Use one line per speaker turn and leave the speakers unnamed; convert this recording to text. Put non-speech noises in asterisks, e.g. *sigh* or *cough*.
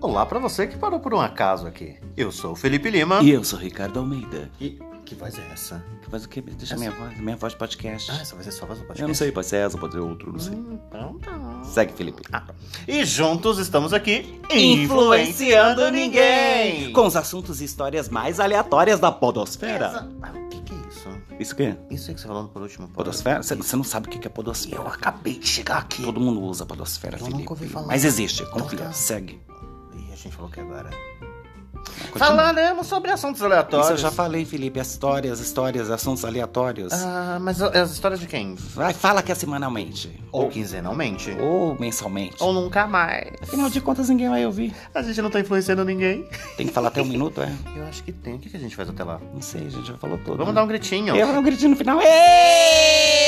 Olá para você que parou por um acaso aqui. Eu sou o Felipe Lima.
E eu sou o Ricardo Almeida.
E que voz é essa?
Que faz o quê? Deixa minha voz, minha voz de podcast.
É Ah, essa vai ser sua voz ou podcast?
Eu não sei, pode ser essa, pode ser outro, não sei.
Hum, então tá.
Segue, Felipe.
E juntos estamos aqui
Com os assuntos e histórias mais aleatórias da podosfera.
Essa- Ah, o que, que é isso?
Isso o quê?
Isso aí que você falou por último. pode?
Podosfera? Você não sabe o que é podosfera.
Eu acabei de chegar aqui.
Todo mundo usa podosfera,
Eu
Felipe.
nunca ouvi falar.
Mas existe, confia,
Então tá.
segue.
E a gente falou que agora.
Continua.
Falaremos sobre assuntos aleatórios.
Isso eu já falei, Felipe. As Histórias, histórias, assuntos aleatórios.
Ah, mas as histórias de quem?
Vai, fala que é semanalmente.
Ou quinzenalmente.
Ou mensalmente.
Ou nunca mais.
Afinal de contas, ninguém vai ouvir.
A gente não tá influenciando ninguém.
Tem que
*laughs*
falar até um minuto, é?
Eu acho que tem. O que que a gente faz até lá?
Não sei, a gente já falou tudo.
Vamos um
né?
dar um gritinho.
Eu não grito no final. Ê!